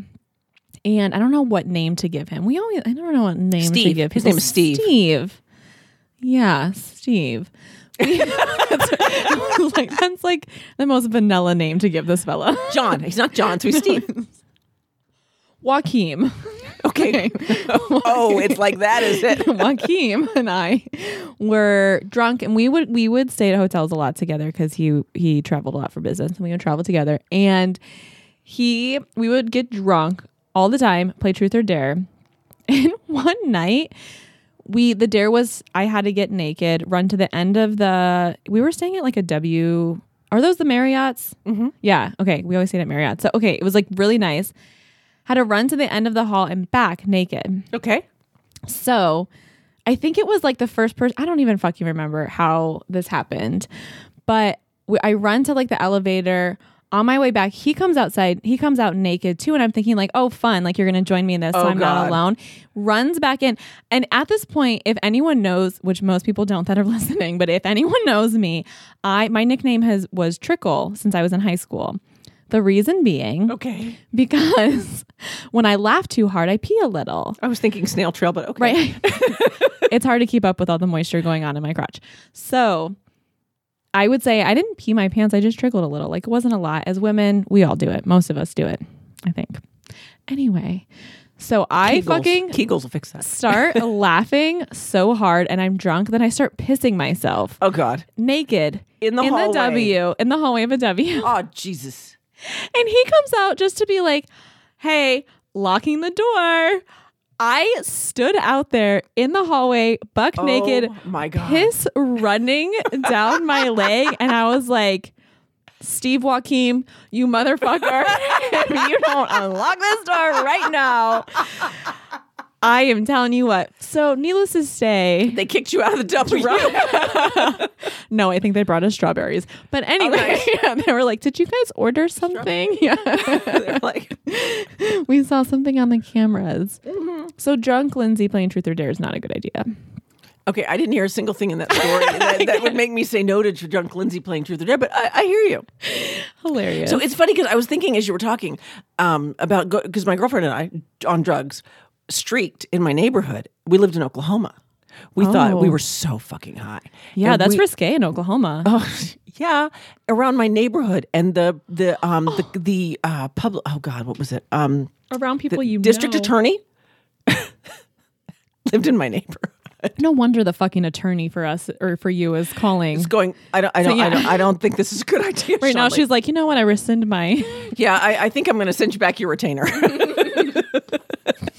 [SPEAKER 1] And I don't know what name to give him. We always, I never know what name to
[SPEAKER 3] Steve.
[SPEAKER 1] give.
[SPEAKER 3] His
[SPEAKER 1] people.
[SPEAKER 3] name is Steve.
[SPEAKER 1] Steve. Yeah, Steve. We- that's, like, that's like the most vanilla name to give this fella.
[SPEAKER 3] John. He's not John, so he's Steve.
[SPEAKER 1] Joaquim. Okay.
[SPEAKER 3] oh, it's like that, is it?
[SPEAKER 1] Joaquim and I were drunk and we would we would stay at hotels a lot together because he he traveled a lot for business and we would travel together. And he we would get drunk all the time, play truth or dare. And one night we the dare was I had to get naked, run to the end of the we were staying at like a W are those the Marriotts? Mm-hmm. Yeah. Okay. We always stayed at Marriott. So okay, it was like really nice. Had to run to the end of the hall and back naked.
[SPEAKER 3] Okay.
[SPEAKER 1] So I think it was like the first person, I don't even fucking remember how this happened, but we, I run to like the elevator. On my way back, he comes outside. He comes out naked too, and I'm thinking like, "Oh, fun! Like you're gonna join me in this, so
[SPEAKER 3] Oh,
[SPEAKER 1] I'm not
[SPEAKER 3] God.
[SPEAKER 1] alone." Runs back in, and at this point, if anyone knows, which most people don't that are listening, but if anyone knows me, I my nickname has was Trickle since I was in high school. The reason being
[SPEAKER 3] Okay.
[SPEAKER 1] because when I laugh too hard, I pee a little.
[SPEAKER 3] I was thinking snail trail, but okay.
[SPEAKER 1] Right. it's hard to keep up with all the moisture going on in my crotch. So I would say I didn't pee my pants. I just trickled a little. Like it wasn't a lot. As women, we all do it. Most of us do it, I think. Anyway, so I
[SPEAKER 3] Kegels.
[SPEAKER 1] fucking
[SPEAKER 3] Kegels will fix that.
[SPEAKER 1] start laughing so hard and I'm drunk that I start pissing myself
[SPEAKER 3] Oh God.
[SPEAKER 1] naked
[SPEAKER 3] In the
[SPEAKER 1] in
[SPEAKER 3] hallway.
[SPEAKER 1] the W, in the hallway of a W.
[SPEAKER 3] Oh Jesus.
[SPEAKER 1] And he comes out just to be like, hey, locking the door. I stood out there in the hallway, buck naked,
[SPEAKER 3] Oh my God.
[SPEAKER 1] piss running down my leg, and I was like, Steve Joaquim, you motherfucker, if you don't unlock this door right now. I am telling you what. So, needless to say,
[SPEAKER 3] They kicked you out of the W.
[SPEAKER 1] no, I think they brought us strawberries. But anyway,
[SPEAKER 3] nice.
[SPEAKER 1] yeah, they were like, "Did you guys order something?" Yeah,
[SPEAKER 3] They're like,
[SPEAKER 1] we saw something on the cameras. So, drunk Lindsay playing Truth or Dare is not a good idea.
[SPEAKER 3] okay, I didn't hear a single thing in that story that, that would make me say no to drunk Lindsay playing Truth or Dare, but I, I hear you.
[SPEAKER 1] Hilarious.
[SPEAKER 3] So it's funny because I was thinking as you were talking um, about because my girlfriend and I on drugs streaked in my neighborhood. We lived in Oklahoma. We thought we
[SPEAKER 1] Oh.
[SPEAKER 3] were so fucking high.
[SPEAKER 1] yeah,
[SPEAKER 3] And
[SPEAKER 1] that's
[SPEAKER 3] we-
[SPEAKER 1] risque in Oklahoma.
[SPEAKER 3] Oh, yeah, around my neighborhood and the the um the the uh public. Oh God, what was it? Um,
[SPEAKER 1] Around
[SPEAKER 3] the
[SPEAKER 1] people you
[SPEAKER 3] district
[SPEAKER 1] know.
[SPEAKER 3] attorney lived in my neighborhood.
[SPEAKER 1] No wonder the fucking attorney for us or for you is calling.
[SPEAKER 3] It's going. I don't. I
[SPEAKER 1] So,
[SPEAKER 3] don't. I
[SPEAKER 1] yeah.
[SPEAKER 3] don't. I don't think this is a good idea.
[SPEAKER 1] Right now,
[SPEAKER 3] Sean.
[SPEAKER 1] she's like, you know what? I rescind my.
[SPEAKER 3] Yeah, I, I think I'm going to send you back your retainer.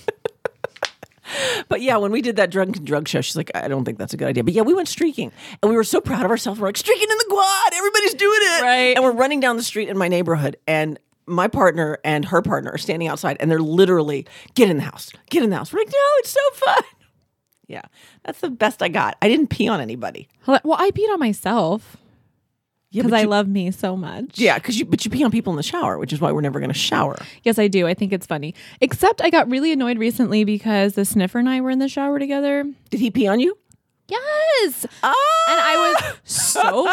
[SPEAKER 3] but yeah, when we did that drug drug show, she's like, I don't think that's a good idea. But yeah, we went streaking, and we were so proud of ourselves. We're like streaking in the quad, everybody's doing it,
[SPEAKER 1] Right.
[SPEAKER 3] And we're running down the street in my neighborhood, and my partner and her partner are standing outside, and they're literally get in the house, get in the house. We're like, no, it's so fun. Yeah, that's the best I got. I didn't pee on anybody.
[SPEAKER 1] Well, I peed on myself
[SPEAKER 3] Yeah,
[SPEAKER 1] because
[SPEAKER 3] but
[SPEAKER 1] I
[SPEAKER 3] you-
[SPEAKER 1] love me so much.
[SPEAKER 3] yeah, because you but you pee on people in the shower, which is why we're never going to shower.
[SPEAKER 1] Yes, I do. I think it's funny. Except I got really annoyed recently because the sniffer and I were in the shower together.
[SPEAKER 3] Did he pee on you?
[SPEAKER 1] Yes.
[SPEAKER 3] Ah!
[SPEAKER 1] And I was so fucking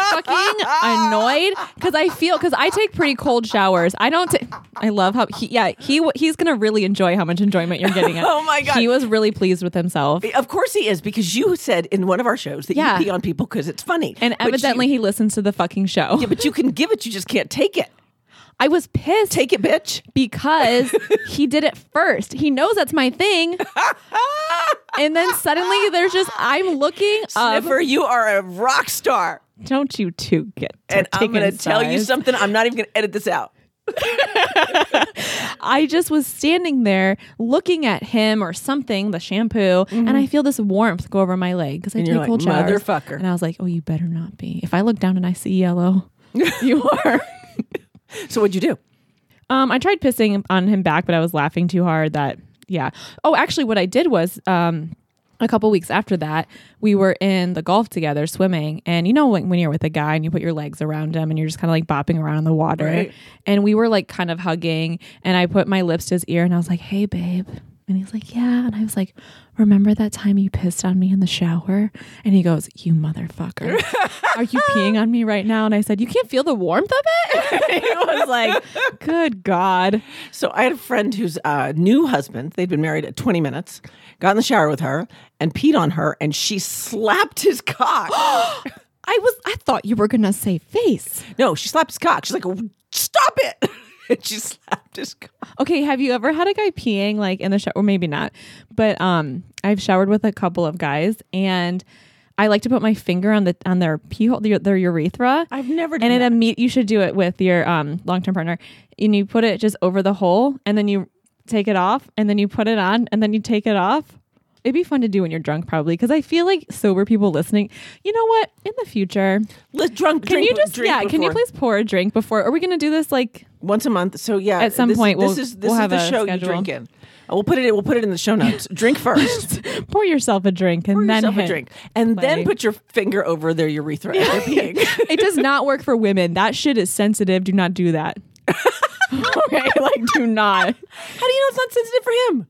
[SPEAKER 1] annoyed because I feel because I take pretty cold showers. I don't. ta- I love how he. Yeah, he w- he's gonna really enjoy how much enjoyment you're getting. At.
[SPEAKER 3] Oh my God.
[SPEAKER 1] He was really pleased with himself,
[SPEAKER 3] Of course he is, because you said in one of our shows that
[SPEAKER 1] Yeah.
[SPEAKER 3] you pee on people because it's funny.
[SPEAKER 1] and
[SPEAKER 3] But you-
[SPEAKER 1] evidently he listens to the fucking show.
[SPEAKER 3] yeah, but you can give it, you just can't take it.
[SPEAKER 1] I was pissed
[SPEAKER 3] Take it, bitch.
[SPEAKER 1] because he did it first. He knows that's my thing, and then suddenly there's just I'm looking up.
[SPEAKER 3] Sniffer, you are a rock star.
[SPEAKER 1] Don't you two get? To
[SPEAKER 3] And I'm
[SPEAKER 1] taking
[SPEAKER 3] going to tell you
[SPEAKER 1] sides.
[SPEAKER 3] something. I'm not even going to edit this out.
[SPEAKER 1] I just was standing there looking at him or something, the shampoo, and I feel this warmth go over my leg because I
[SPEAKER 3] Mm-hmm. And
[SPEAKER 1] take
[SPEAKER 3] you're like,
[SPEAKER 1] cold showers.
[SPEAKER 3] "Motherfucker."
[SPEAKER 1] And I was like, oh, you better not be. If I look down and I see yellow, you are.
[SPEAKER 3] So what'd you do?
[SPEAKER 1] Um, I tried pissing on him back, but I was laughing too hard. That yeah. Oh, actually, what I did was um, a couple weeks after that, we were in the Gulf together swimming, and you know when, when you're with a guy and you put your legs around him and you're just kind of like bopping around in the water,
[SPEAKER 3] Right.
[SPEAKER 1] and we were like kind of hugging, and I put my lips to his ear and I was like, "Hey, babe." And he's like, yeah. And I was like, remember that time you pissed on me in the shower? And he goes, you motherfucker. Are you peeing on me right now? And I said, you can't feel the warmth of it? he was like, good God.
[SPEAKER 3] So I had a friend whose uh, new husband, they'd been married at 20 minutes, got in the shower with her and peed on her, and she slapped his cock.
[SPEAKER 1] I was I thought you were gonna say face.
[SPEAKER 3] no, she slapped his cock. She's like, stop it. and she slapped his cock.
[SPEAKER 1] Okay, have you ever had a guy peeing like in the shower? Or maybe not. But um I've showered with a couple of guys and I like to put my finger on the on their pee hole their, their urethra.
[SPEAKER 3] I've never done
[SPEAKER 1] and it
[SPEAKER 3] that.
[SPEAKER 1] imme- you should do it with your um long term partner. And you put it just over the hole and then you take it off and then you put it on and then you take it off. It'd be fun to do when you're drunk, probably, because I feel like sober people listening. You know what? In the future,
[SPEAKER 3] Let drunk.
[SPEAKER 1] Can
[SPEAKER 3] drink,
[SPEAKER 1] you just
[SPEAKER 3] drink
[SPEAKER 1] yeah? Can you
[SPEAKER 3] before.
[SPEAKER 1] please pour a drink before? Are we gonna do this like?
[SPEAKER 3] once a month? So yeah,
[SPEAKER 1] At some
[SPEAKER 3] this,
[SPEAKER 1] point,
[SPEAKER 3] this
[SPEAKER 1] we'll-
[SPEAKER 3] is this
[SPEAKER 1] we'll
[SPEAKER 3] is
[SPEAKER 1] have
[SPEAKER 3] the
[SPEAKER 1] a
[SPEAKER 3] show you
[SPEAKER 1] schedule.
[SPEAKER 3] drink in. Uh, We'll put it. We'll put it in the show notes. Drink first,
[SPEAKER 1] Pour yourself a drink and
[SPEAKER 3] pour
[SPEAKER 1] then
[SPEAKER 3] yourself a
[SPEAKER 1] hit.
[SPEAKER 3] drink, and
[SPEAKER 1] play.
[SPEAKER 3] then put your finger over their urethra. as they're peeing.
[SPEAKER 1] It does not work for women. That shit is sensitive. Do not do that. okay, like do not.
[SPEAKER 3] How do you know it's not sensitive for him?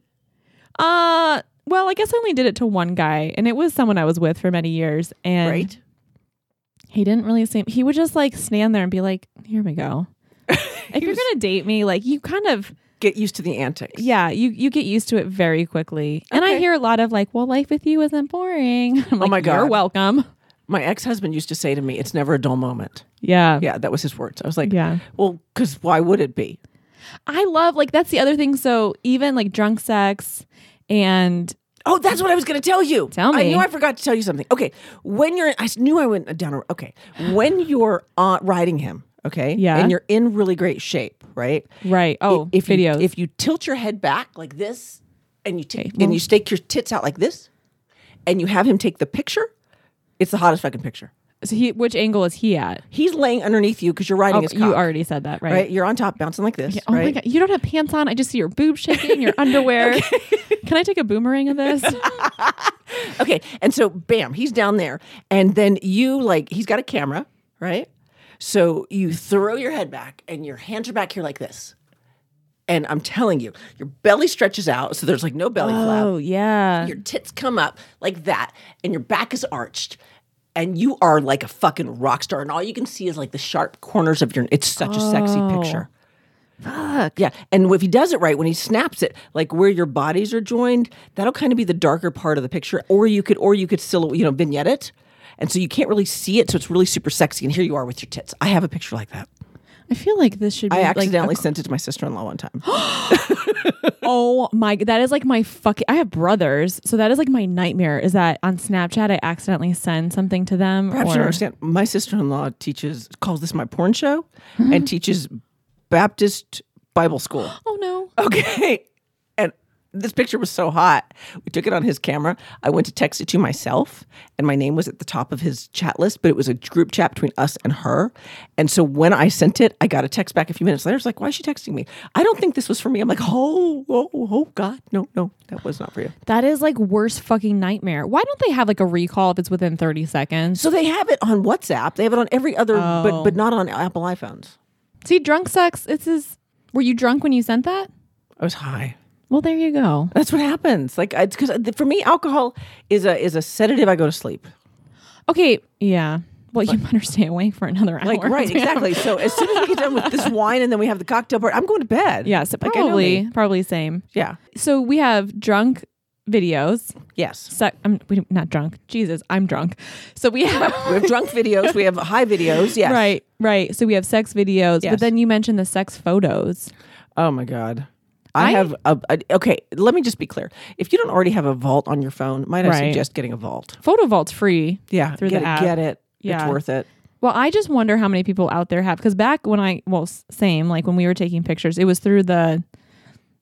[SPEAKER 1] Uh, well, I guess I only did it to one guy, and it was someone I was with for many years, and
[SPEAKER 3] Right.
[SPEAKER 1] he didn't really seem. He would just like stand there and be like, "Here we go." if you're gonna date me, like you kind of
[SPEAKER 3] Get used to the antics.
[SPEAKER 1] yeah, you you get used to it very quickly. And I
[SPEAKER 3] Okay.
[SPEAKER 1] hear a lot of like, "Well, life with you isn't boring." I'm like,
[SPEAKER 3] my
[SPEAKER 1] you're
[SPEAKER 3] God.
[SPEAKER 1] welcome."
[SPEAKER 3] My ex husband used to say to me, "It's never a dull moment."
[SPEAKER 1] Yeah.
[SPEAKER 3] Yeah, that was his words. I was like,
[SPEAKER 1] Yeah.
[SPEAKER 3] well, because why would it be?
[SPEAKER 1] I love like that's the other thing. So even like drunk sex and
[SPEAKER 3] Oh, that's what I was going to tell you.
[SPEAKER 1] Tell
[SPEAKER 3] I
[SPEAKER 1] me.
[SPEAKER 3] knew I forgot to tell you something. Okay, when you're, I knew I went down. A, okay, when you're uh, riding him, okay,
[SPEAKER 1] Yeah.
[SPEAKER 3] and you're in really great shape, right?
[SPEAKER 1] right. Oh,
[SPEAKER 3] if
[SPEAKER 1] videos.
[SPEAKER 3] You, if you tilt your head back like this, and you take
[SPEAKER 6] Okay,
[SPEAKER 3] and
[SPEAKER 6] well-
[SPEAKER 3] you stake your tits out like this, and you have him take the picture. It's the hottest fucking picture.
[SPEAKER 1] So he, which angle is he at?
[SPEAKER 3] He's laying underneath you because you're riding
[SPEAKER 1] Oh,
[SPEAKER 3] his cock.
[SPEAKER 1] you already said that, right?
[SPEAKER 3] right. You're on top, bouncing like this.
[SPEAKER 1] Yeah, Oh
[SPEAKER 3] right?
[SPEAKER 1] my god, you don't have pants on. I just see your boob shaking, your underwear. Can I take a boomerang of this?
[SPEAKER 3] Okay, and so bam, he's down there, and then you like he's got a camera, right? So you throw your head back, and your hands are back here like this, and I'm telling you, your belly stretches out, so there's like no belly flap.
[SPEAKER 1] Uh-huh.
[SPEAKER 6] yeah.
[SPEAKER 3] Your tits come up like that, and your back is arched, and you are like a fucking rock star, and all you can see is like the sharp corners of your. It's such a sexy picture. Fuck. Yeah. And if he does it right, when he snaps it, like where your bodies are joined, that'll kind of be the darker part of the picture. Or you could, or you could still, you know, vignette it. And so you can't really see it. So it's really super sexy. And here you are with your tits. I have a picture like that.
[SPEAKER 6] I feel like this should be
[SPEAKER 3] I
[SPEAKER 6] like
[SPEAKER 3] accidentally sent it to my sister in law one time.
[SPEAKER 1] oh my, that is like my fucking. I have brothers, so that is like my nightmare. Is that on Snapchat I accidentally send something to them?
[SPEAKER 3] Perhaps you
[SPEAKER 1] or-
[SPEAKER 3] don't understand. My sister in law teaches, calls this my porn show, and teaches Baptist Bible school.
[SPEAKER 1] Oh no.
[SPEAKER 3] Okay. And this picture was so hot. We took it on his camera. I went to text it to myself, and my name was at the top of his chat list, but it was a group chat between us and her. And so when I sent it, I got a text back a few minutes later. It's like, why is she texting me? I don't think this was for me. I'm like, oh, oh, oh, God. No, no, that was not for you.
[SPEAKER 1] That is like worst fucking nightmare. Why don't they have like a recall if it's within 30 seconds?
[SPEAKER 3] So they have it on WhatsApp. They have it on every other, but but not on Apple iPhones.
[SPEAKER 1] See, drunk sucks. This is. Were you drunk when you sent that?
[SPEAKER 3] I was high.
[SPEAKER 1] Well, there you go.
[SPEAKER 3] That's what happens. Like, I because for me, alcohol is a is a sedative. I go to sleep.
[SPEAKER 1] Okay. Yeah. Well, you better stay awake for another hour.
[SPEAKER 3] Like right,
[SPEAKER 1] Yeah.
[SPEAKER 3] exactly. So as soon as we get done with this wine and then we have the cocktail party, I'm going to bed.
[SPEAKER 1] Yeah. So
[SPEAKER 3] Like, I know
[SPEAKER 1] probably,
[SPEAKER 3] me.
[SPEAKER 1] probably same.
[SPEAKER 3] Yeah.
[SPEAKER 1] So we have drunk videos.
[SPEAKER 3] Yes.
[SPEAKER 1] Se- I'm we don't- not drunk. Jesus, I'm drunk. So we
[SPEAKER 3] We
[SPEAKER 1] have
[SPEAKER 3] have drunk videos. We have high videos. Yes.
[SPEAKER 1] right, right. So we have sex videos, but
[SPEAKER 3] Yes.
[SPEAKER 1] then you mentioned the sex photos.
[SPEAKER 3] Oh my god. I,
[SPEAKER 1] I-
[SPEAKER 3] have a, a- okay. Let me just be clear. If you don't already have a vault on your phone, might I
[SPEAKER 1] Right.
[SPEAKER 3] suggest getting a vault?
[SPEAKER 1] Photo Vault's free.
[SPEAKER 3] Yeah.
[SPEAKER 1] Through
[SPEAKER 3] get
[SPEAKER 1] the
[SPEAKER 3] it,
[SPEAKER 1] app.
[SPEAKER 3] Get it.
[SPEAKER 1] Yeah.
[SPEAKER 3] It's worth it.
[SPEAKER 1] Well, I just wonder how many people out there have because back when I well s- same like when we were taking pictures, it was through the,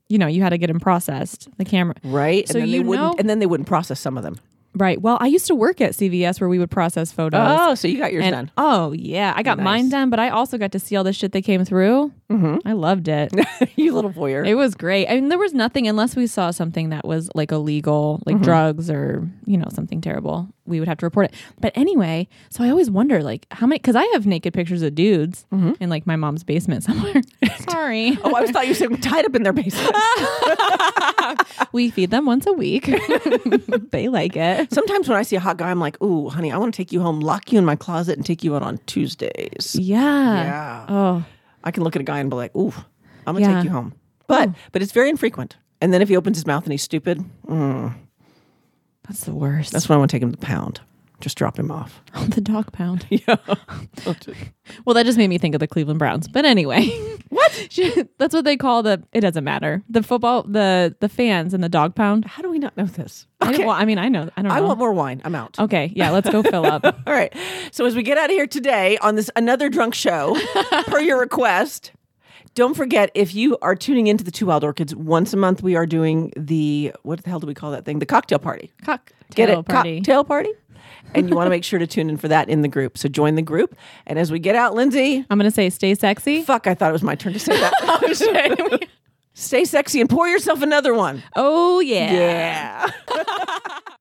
[SPEAKER 1] you know, you had to get them processed the camera.
[SPEAKER 3] Right.
[SPEAKER 1] So
[SPEAKER 3] and then
[SPEAKER 1] you
[SPEAKER 3] they wouldn't.
[SPEAKER 1] know-
[SPEAKER 3] And then they wouldn't process some of them.
[SPEAKER 1] Right. Well, I used to work at CVS where we would process photos.
[SPEAKER 3] Oh, so you got yours
[SPEAKER 1] and,
[SPEAKER 3] done.
[SPEAKER 1] Oh yeah, I got mine done, but I also got to see all the shit that came through. Mm-hmm. I loved it.
[SPEAKER 3] you little voyeur.
[SPEAKER 1] It was great. I mean, there was nothing unless we saw something that was like illegal, like drugs or you know something terrible. We would have to report it. But anyway, so I always wonder like how many because I have naked pictures of dudes in like my mom's basement somewhere. Mm-hmm. Sorry,
[SPEAKER 3] oh, I always thought you said tied up in their basement.
[SPEAKER 1] we feed them once a week. they like it.
[SPEAKER 3] Sometimes when I see a hot guy, I'm like, "Ooh, honey, I want to take you home, lock you in my closet, and take you out on Tuesdays."
[SPEAKER 1] Yeah.
[SPEAKER 3] Yeah.
[SPEAKER 1] Oh,
[SPEAKER 3] I can look at a guy and be like, "Ooh, I'm gonna
[SPEAKER 1] Yeah.
[SPEAKER 3] take you home," but but it's very infrequent. And then if he opens his mouth and he's stupid,
[SPEAKER 1] that's the worst.
[SPEAKER 3] that's when I want to take him to the pound. Just drop him off.
[SPEAKER 1] the dog pound. Yeah. well, that just made me think of the Cleveland Browns. But anyway, what? That's what they call the. It doesn't matter. The football, the the fans, and the dog pound.
[SPEAKER 3] How do we not know this?
[SPEAKER 1] I,
[SPEAKER 3] Okay.
[SPEAKER 1] don't, well, I mean, I know. I don't know.
[SPEAKER 3] I want more wine. I'm out.
[SPEAKER 1] Okay, yeah, let's go fill up.
[SPEAKER 3] All right. So as we get out of here today on this another drunk show, per your request, don't forget if you are tuning into the Two Wild Orchids once a month, we are doing the what the hell do we call that thing? The cocktail party.
[SPEAKER 1] Cocktail
[SPEAKER 3] Get it?
[SPEAKER 1] party.
[SPEAKER 3] Cocktail party. And you want to make sure to tune in for that in the group. So join the group. And as we get out, Lindsay,
[SPEAKER 1] I'm gonna say, stay sexy.
[SPEAKER 3] fuck, I thought it was my turn to say that. Stay sexy and pour yourself another one.
[SPEAKER 1] Oh yeah.
[SPEAKER 3] Yeah.